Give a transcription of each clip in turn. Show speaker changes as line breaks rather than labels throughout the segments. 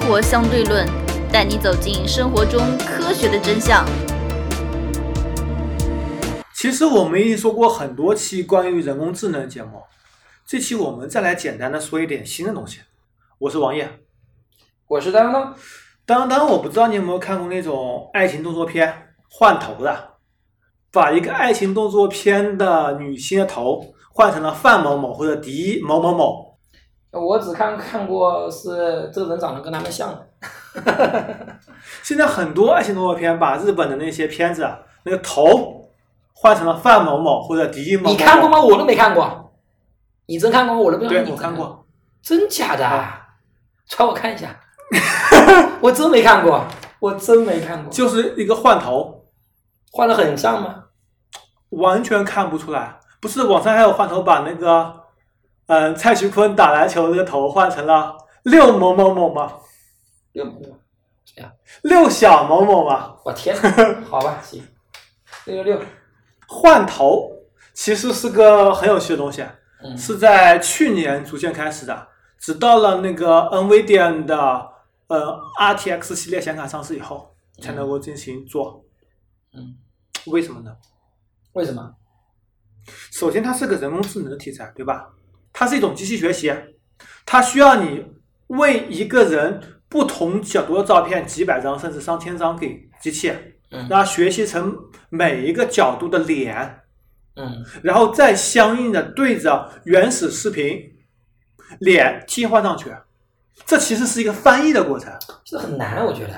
活相对论》，带你走进生活中科学的真相。
其实我们已经说过很多期关于人工智能节目，这期我们再来简单的说一点新的东西。我是王烨，
我是当当，
当当，我不知道你有没有看过那种爱情动作片换头的，把一个爱情动作片的女星的头换成了范某某或者狄某某某。
我只看看过是这个人长得跟他们像的。
现在很多爱情动作片把日本的那些片子啊，那个头换成了范某某或者狄某某。
你看过吗？我都没看过。你真看过吗？我都不知道
对，
你
我看
真
过。。
真假的啊？传我看 一下。我真没看过，我真没看过。
就是一个换头，
画的很像吗？
完全看不出来。不是网上还有换头把那个，嗯、蔡徐坤打篮球那个头换成了六某某某吗？
又不是这样。
六小某某吗？
我天 哪！好吧，行。六六六。
换头其实是个很有趣的东西，啊
嗯
是在去年逐渐开始的，直到了那个 NVIDIA 的呃 RTX 系列显卡上市以后，才能够进行做。
嗯，
为什么呢？
为什么？
首先，它是个人工智能的题材，对吧？它是一种机器学习，啊它需要你为一个人不同角度的照片几百张甚至上千张给机器，
嗯
让它学习成每一个角度的脸，
嗯
然后再相应的对着原始视频脸替换上去。啊这其实是一个翻译的过程，
这很难，我觉得。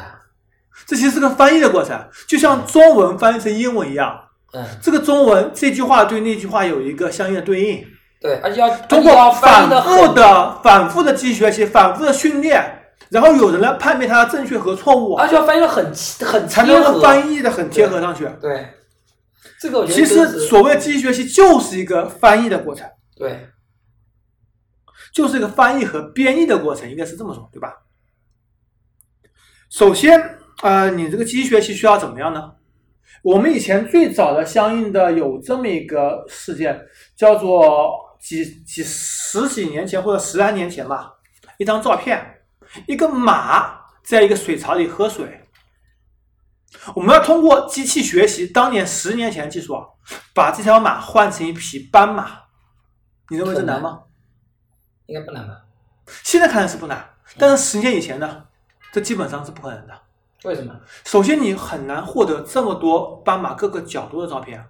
这其实是个翻译的过程，就像中文翻译成英文一样，
嗯，
这个中文这句话对那句话有一个相应的对应。
对，而且要
通
而且要
过
翻
哎反
译的
复的、反复的继续学习、反复的训练，然后有人来判别它的正确和错误，
而且要翻译的很很
才
贴
能够
合。
翻译的很贴合上去。
对，这个我觉得
其实
真是
所谓机器学习就是一个翻译的过程，
对，
就是一个翻译和编译的过程，应该是这么说，对吧？首先，呃，你这个机器学习需要怎么样呢？我们以前最早的相应的有这么一个事件，叫做几几十几年前或者十来年前吧，一张照片，一个马在一个水槽里喝水。我们要通过机器学习当年十年前的技术，啊，把这条马换成一匹斑马，你认为这难吗？
应该不难吧？
现在看来是不难，但是十年以前呢，这基本上是不可能的。
为什么？
首先，你很难获得这么多斑马各个角度的照片。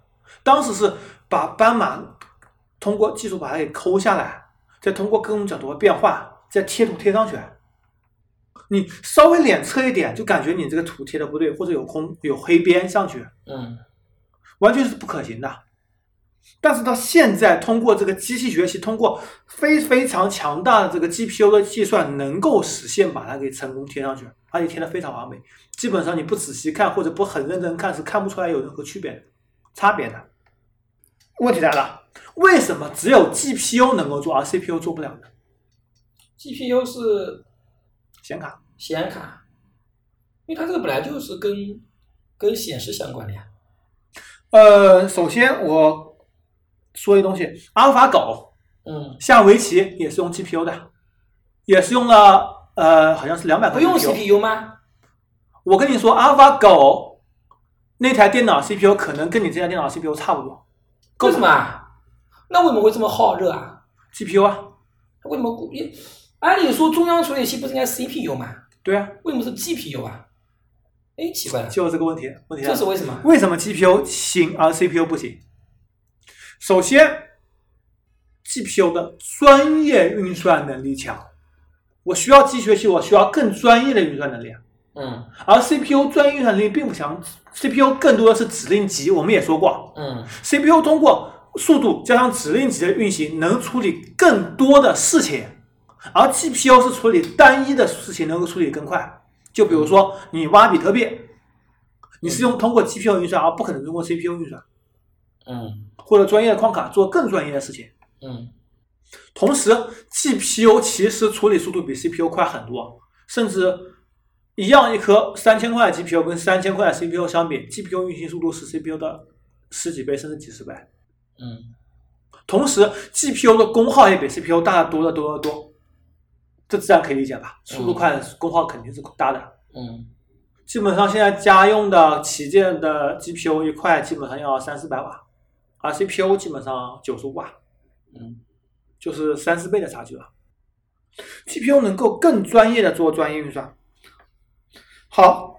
当时是把斑马通过技术把它给抠下来，再通过各种角度的变换，再贴图贴上去。你稍微脸侧一点，就感觉你这个图贴的不对，或者有空有黑边上去，
嗯
完全是不可行的。但是到现在，通过这个机器学习，通过非非常强大的这个 GPU 的计算，能够实现把它给成功贴上去，而且贴的非常完美。基本上你不仔细看或者不很认真看是看不出来有任何区别的差别的。问题来了，为什么只有 GPU 能够做，而 CPU 做不了呢？
，GPU 是
显卡
显卡，因为它这个本来就是跟跟显示相关的呀。
呃，首先我说一东西，阿尔法狗
嗯，
下围棋也是用 GPU 的，也是用了呃，好像是两百
不
块
用
GPU
CPU 吗？
我跟你说，AlphaGo 那台电脑 CPU 可能跟你这台电脑 CPU 差不多
为什么啊？那为什么会这么好热啊？
，GPU 啊，
为什么故意？按理说中央处理器不是应该 CPU 吗？
对啊，
为什么是 GPU 啊？哎，奇怪了，
就是这个问题。问题来
这
了
是为什么？
为什么 GPU 行而 CPU 不行？首先，GPU 的专业运算能力强，我需要机学习，我需要更专业的运算能力，啊
嗯
而 CPU 专业运算能力并不强，CPU 更多的是指令集，我们也说过，啊
嗯
CPU 通过速度加上指令集的运行，能处理更多的事情，而 GPU 是处理单一的事情能够处理更快。就比如说你挖比特币，你是用通过 GPU 运算，而不可能通过 CPU 运算
嗯
或者专业的框卡做更专业的事情。
嗯
同时，GPU 其实处理速度比 CPU 快很多，甚至一样一颗三千块的 GPU 跟三千块的 CPU 相比，GPU 运行速度是 CPU 的十几倍甚至几十倍。
嗯
同时，GPU 的功耗也比 CPU 大得多得多得多。这自然可以理解吧？速度快，功耗肯定是大的。
嗯，
基本上现在家用的旗舰的 GPU 一块基本上要三四百瓦，而 CPU 基本上九十五瓦，
嗯，
就是三四倍的差距了。GPU 能够更专业的做专业运算。好，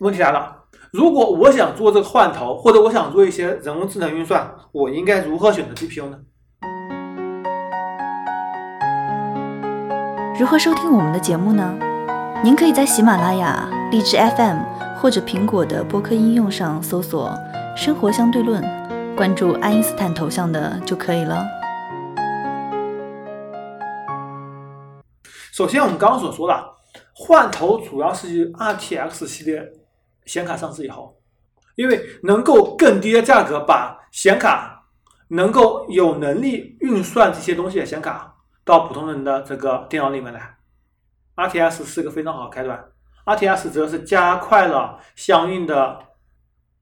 问题来了，如果我想做这个换头，或者我想做一些人工智能运算，我应该如何选择 GPU 呢？
如何收听我们的节目呢？您可以在喜马拉雅、荔枝 FM 或者苹果的播客应用上搜索“生活相对论”，关注爱因斯坦头像的就可以了。
首先，我们刚刚所说的换头主要是于 RTX 系列显卡上市以后，因为能够更低的价格把显卡能够有能力运算这些东西的显卡到普通人的这个电脑里面来，RTX 是个非常好的开端。RTX 则是加快了相应的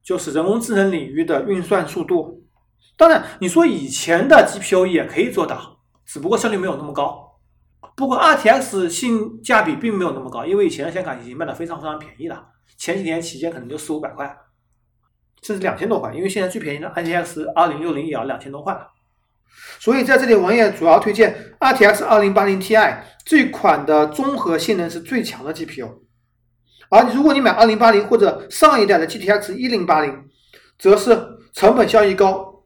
就是人工智能领域的运算速度。当然，你说以前的 GPU 也可以做到，只不过效率没有那么高。不过 RTX 性价比并没有那么高，因为以前的显卡已经卖的非常非常便宜了，前几年期间可能就四五百块，甚至两千多块，因为现在最便宜的 RTX 二零六零也要两千多块了。所以在这里，我也主要推荐 RTX 二零八零 Ti 这款的综合性能是最强的 GPU，而如果你买二零八零或者上一代的 GTX 一零八零，则是成本效益高，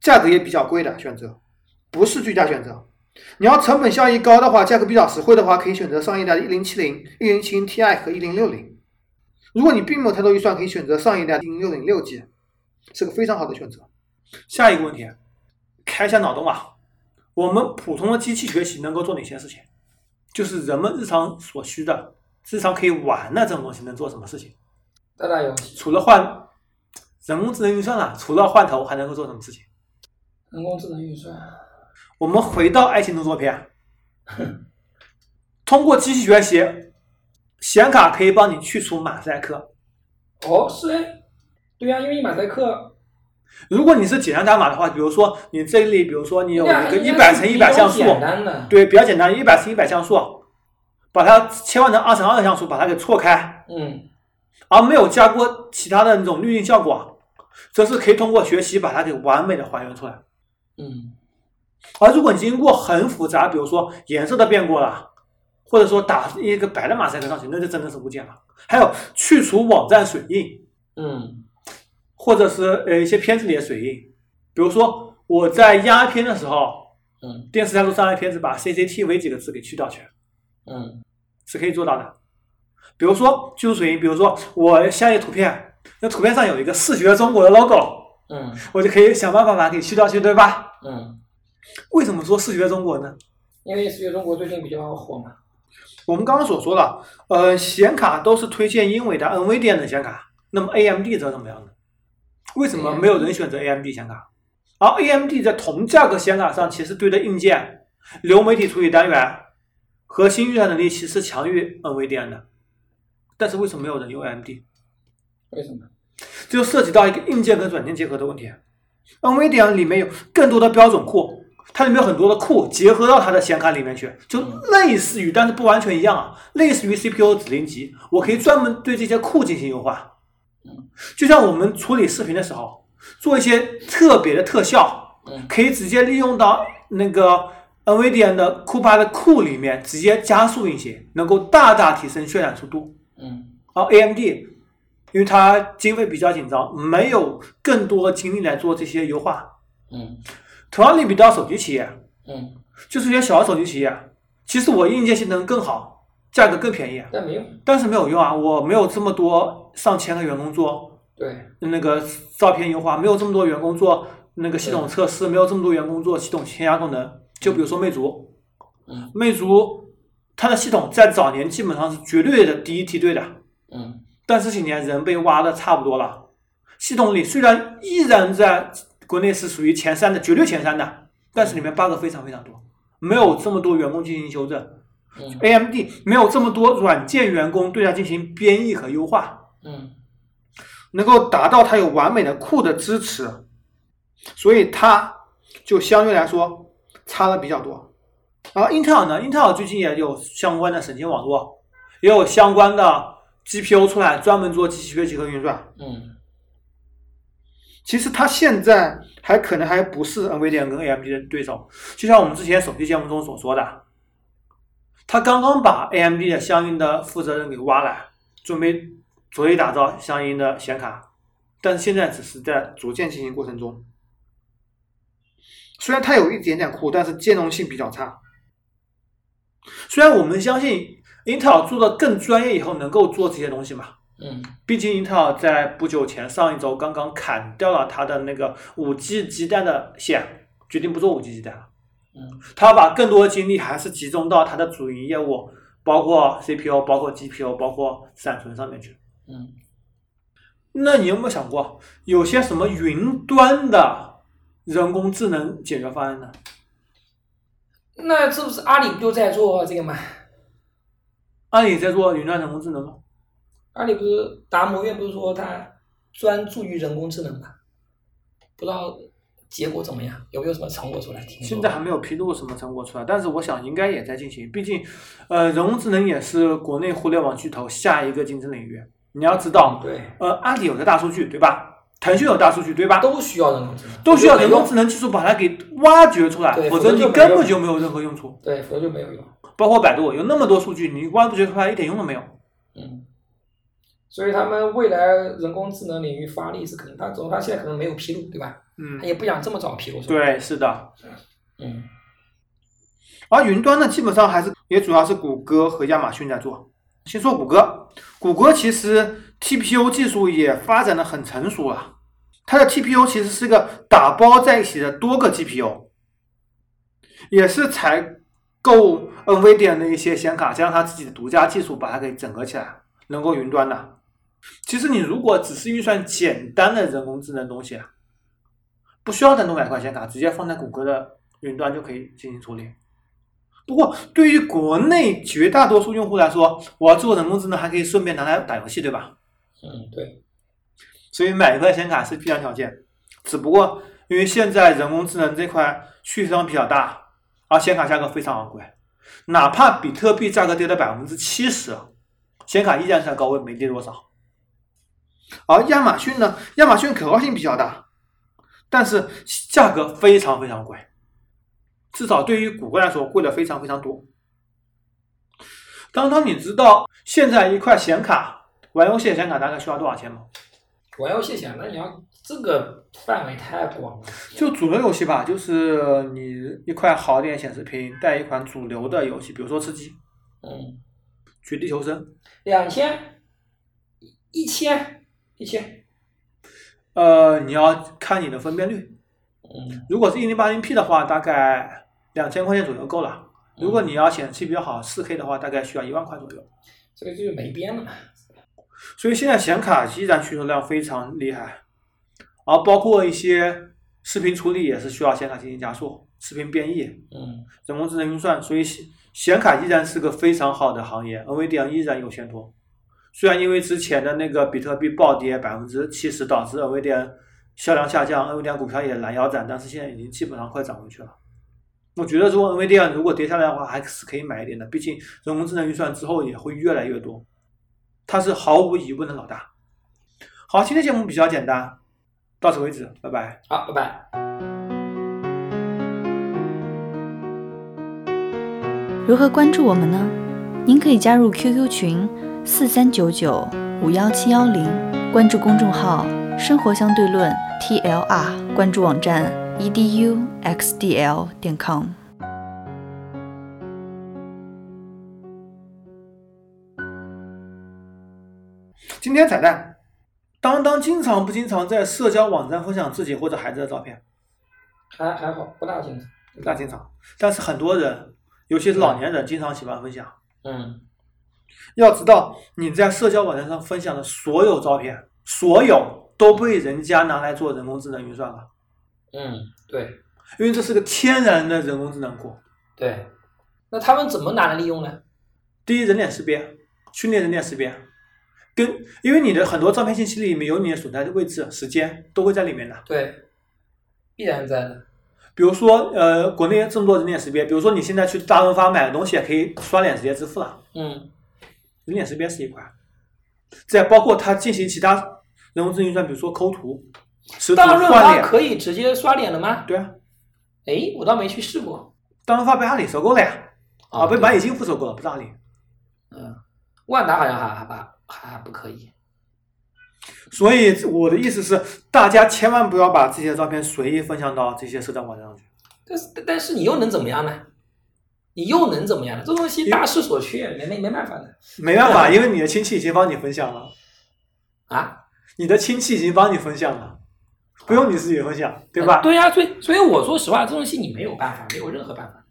价格也比较贵的选择，不是最佳选择。你要成本效益高的话，价格比较实惠的话，可以选择上一代的1070、1070 Ti 和1060。如果你并没有太多预算，可以选择上一代1060 6G，是个非常好的选择。下一个问题，开一下脑洞啊，我们普通的机器学习能够做哪些事情？就是人们日常所需的、日常可以玩的这种东西能做什么事情？
打打游
除了换人工智能运算啊，除了换头还能够做什么事情？
人工智能运算，
我们回到爱情动作片，通过机器学习，显卡可以帮你去除马赛克。
哦，是哎，对呀、因为马赛克，
如果你是简单打码的话，比如说你这里，比如说你有
那
一个
应
一
该是
百乘一百
比
像
较
素，
简单的，
对，比较简单，一百乘一百像素，把它切换成二乘二像素，把它给错开，
嗯，
而没有加过其他的那种滤镜效果，这是可以通过学习把它给完美的还原出来。
嗯，
而如果你经过很复杂，比如说颜色的变过了，或者说打一个白的马赛克上去，那就真的是物件了。还有去除网站水印，
嗯，
或者是呃一些片子里的水印，比如说我在压片的时候，
嗯，
电视台录上来片子把 CCTV 几个字给去掉去，
嗯，
是可以做到的。比如说去除水印，比如说我下一个图片，那图片上有一个视觉中国的 logo，
嗯，
我就可以想办法把它给去掉去，对吧？
嗯，
为什么说视觉中国呢？
因为视觉中国最近比较火嘛，
我们刚刚所说了，呃，显卡都是推荐英伟达 NVIDIA 的显卡，那么 AMD 则怎么样呢？为什么没有人选择 AMD 显卡？而 AMD 在同价格显卡上，其实对的硬件、流媒体处理单元、核心运算能力其实强于 NVIDIA 的，但是为什么没有人用 AMD？
为什么？
这就涉及到一个硬件跟软件结合的问题。NVIDIA 里面有更多的标准库，它里面有很多的库结合到它的显卡里面去，就类似于，但是不完全一样啊，类似于 CPU 指令集，我可以专门对这些库进行优化。就像我们处理视频的时候，做一些特别的特效
嗯，
可以直接利用到那个 NVIDIA 的库巴的库里面，直接加速运行，能够大大提升渲染速度。
嗯，
而 AMD，因为它经费比较紧张，没有更多精力来做这些优化。
嗯，
同样类比到手机企业，
嗯，
就是一些小的手机企业，其实我硬件性能更好，价格更便宜，
但没用，
但是没有用啊，我没有这么多上千个员工做
对，
那个照片优化，没有这么多员工做那个系统测试，没有这么多员工做系统添加功能。就比如说魅族
嗯，
魅族它的系统在早年基本上是绝对的第一梯队的，
嗯，
但这几年人被挖的差不多了，系统里虽然依然在国内是属于前三的，绝对前三的，但是里面 bug 非常非常多，没有这么多员工进行修正
嗯，
，AMD 没有这么多软件员工对它进行编译和优化，
嗯，
能够达到它有完美的库的支持，所以它就相对来说差的比较多。然后英特尔呢，英特尔最近也有相关的神经网络，也有相关的 GPU 出来，专门做机器学习和运算。
嗯
其实它现在还可能还不是 NVIDIA 跟 AMD 的对手，就像我们之前手机节目中所说的，它刚刚把 AMD 的相应的负责人给挖来，准备着力打造相应的显卡，但是现在只是在逐渐进行过程中。虽然它有一点点酷，但是兼容性比较差。虽然我们相信英特尔做的更专业以后能够做这些东西嘛，
嗯
毕竟英特尔在不久前上一周刚刚砍掉了它的那个五 G 基带的线，决定不做五 G 基带了。
嗯
它把更多的精力还是集中到它的主营业务，包括 CPU、包括 GPU、包括闪存上面去。
嗯
那你有没有想过，有些什么云端的人工智能解决方案呢？
那是不是阿里不就在做这个嘛？
阿里在做云端人工智能吗？
阿里不是达摩院不是说他专注于人工智能嘛？不知道结果怎么样，有没有什么成果出来？听说
现在还没有披露什么成果出来，但是我想应该也在进行。毕竟，呃，人工智能也是国内互联网巨头下一个竞争领域。你要知道，
对，
呃，阿里有的大数据对吧？腾讯有大数据对吧？
都需要人工智能，
都需要
否则
人
没
工
用
智能技术把它给挖掘出来，
对
否
否则
则你
就没
根本
用
就没有任何用处。
对，否则就没有用。
包括百度有那么多数据，你挖掘出来一点用都没有。
嗯，所以他们未来人工智能领域发力是可能，他总他现在可能没有披露，对吧？
嗯
他，也不想这么早披露，是吧，
对，是的。
嗯
而云端呢，基本上还是也主要是谷歌和亚马逊在做。先说谷歌，谷歌其实 TPU 技术也发展的很成熟了，它的 TPU 其实是个打包在一起的多个 GPU，也是采购 NVIDIA 的一些显卡，加上它自己的独家技术，把它给整合起来，能够云端的。其实你如果只是预算简单的人工智能东西，啊不需要单独买块显卡，直接放在谷歌的云端就可以进行处理。不过，对于国内绝大多数用户来说，我要做人工智能还可以顺便拿来打游戏，对吧？
嗯，对，
所以买一块显卡是必然条件。只不过因为现在人工智能这块需求量比较大，而显卡价格非常昂贵，哪怕比特币价格跌了百分之七十，显卡依然在高位，没跌多少。而亚马逊呢，亚马逊可靠性比较大，但是价格非常非常贵，至少对于谷歌来说贵了非常非常多。当当你知道现在一块显卡玩游戏的显卡大概需要多少钱吗？
我要谢谢。那你要这个范围太广了，
就主流游戏吧，就是你一块好点显示屏带一款主流的游戏，比如说吃鸡、
嗯，
绝地求生，
两千，一千，一千，
呃，你要看你的分辨率。
嗯，
如果是一零八零 P 的话，大概两千块钱左右够了。如果你要显示器比较好，四 K 的话，大概需要一万块左右。
这个就是没边了嘛，
所以现在显卡依然需求量非常厉害，而包括一些视频处理也是需要显卡进行加速、视频编译、
嗯
人工智能运算，所以显显卡依然是个非常好的行业，NVIDIA 依然有前途。虽然因为之前的那个比特币暴跌百分之七十，导致 NVIDIA 销量下降，NVIDIA 股票也拦腰斩，但是现在已经基本上快涨回去了。我觉得如果 NVIDIA 如果跌下来的话，还是可以买一点的，毕竟人工智能运算之后也会越来越多，它是毫无疑问的老大。好，今天节目比较简单，到此为止，拜拜。
好，拜拜。
如何关注我们呢？您可以加入 QQ 群四三九九五幺七幺零，关注公众号“生活相对论 ”TLR，关注网站 E eduxdl 点 com。
今天彩蛋，当当经常不经常在社交网站分享自己或者孩子的照片？
还还好，不大清楚，
不大经常，但是很多人，尤其是老年人，经常喜欢分享。
嗯
要知道，你在社交网站上分享的所有照片，所有都被人家拿来做人工智能运算了，
嗯，对
因为这是个天然的人工智能库。
对。那他们怎么拿来利用呢？
第一，人脸识别，训练人脸识别，跟因为你的很多照片信息里面有你的所在的位置、时间，都会在里面的。
对，必然在的。
比如说，呃，国内这么多人脸识别，比如说你现在去大润发买的东西也可以刷脸直接支付了，
嗯
人脸识别是一块。再包括它进行其他人工智能运算，比如说抠图、识图、
大
换
润发
嗯脸，
可以直接刷脸了吗？
对啊，
哎，我倒没去试过。
大润发被阿里收购了呀，啊，被
对
蚂蚁金服收购了，不是阿里。
嗯，万达好像还还吧还还不可以。
所以我的意思是，大家千万不要把自己的照片随意分享到这些社交网站上去。
但是但是你又能怎么样呢？你又能怎么样呢？这东西大势所趋，没没没办法的
没办法，因为你的亲戚已经帮你分享了，
啊，
你的亲戚已经帮你分享了，不用你自己分享，对吧？
对呀、所以所以我说实话，这东西你没有办法，没有任何办法。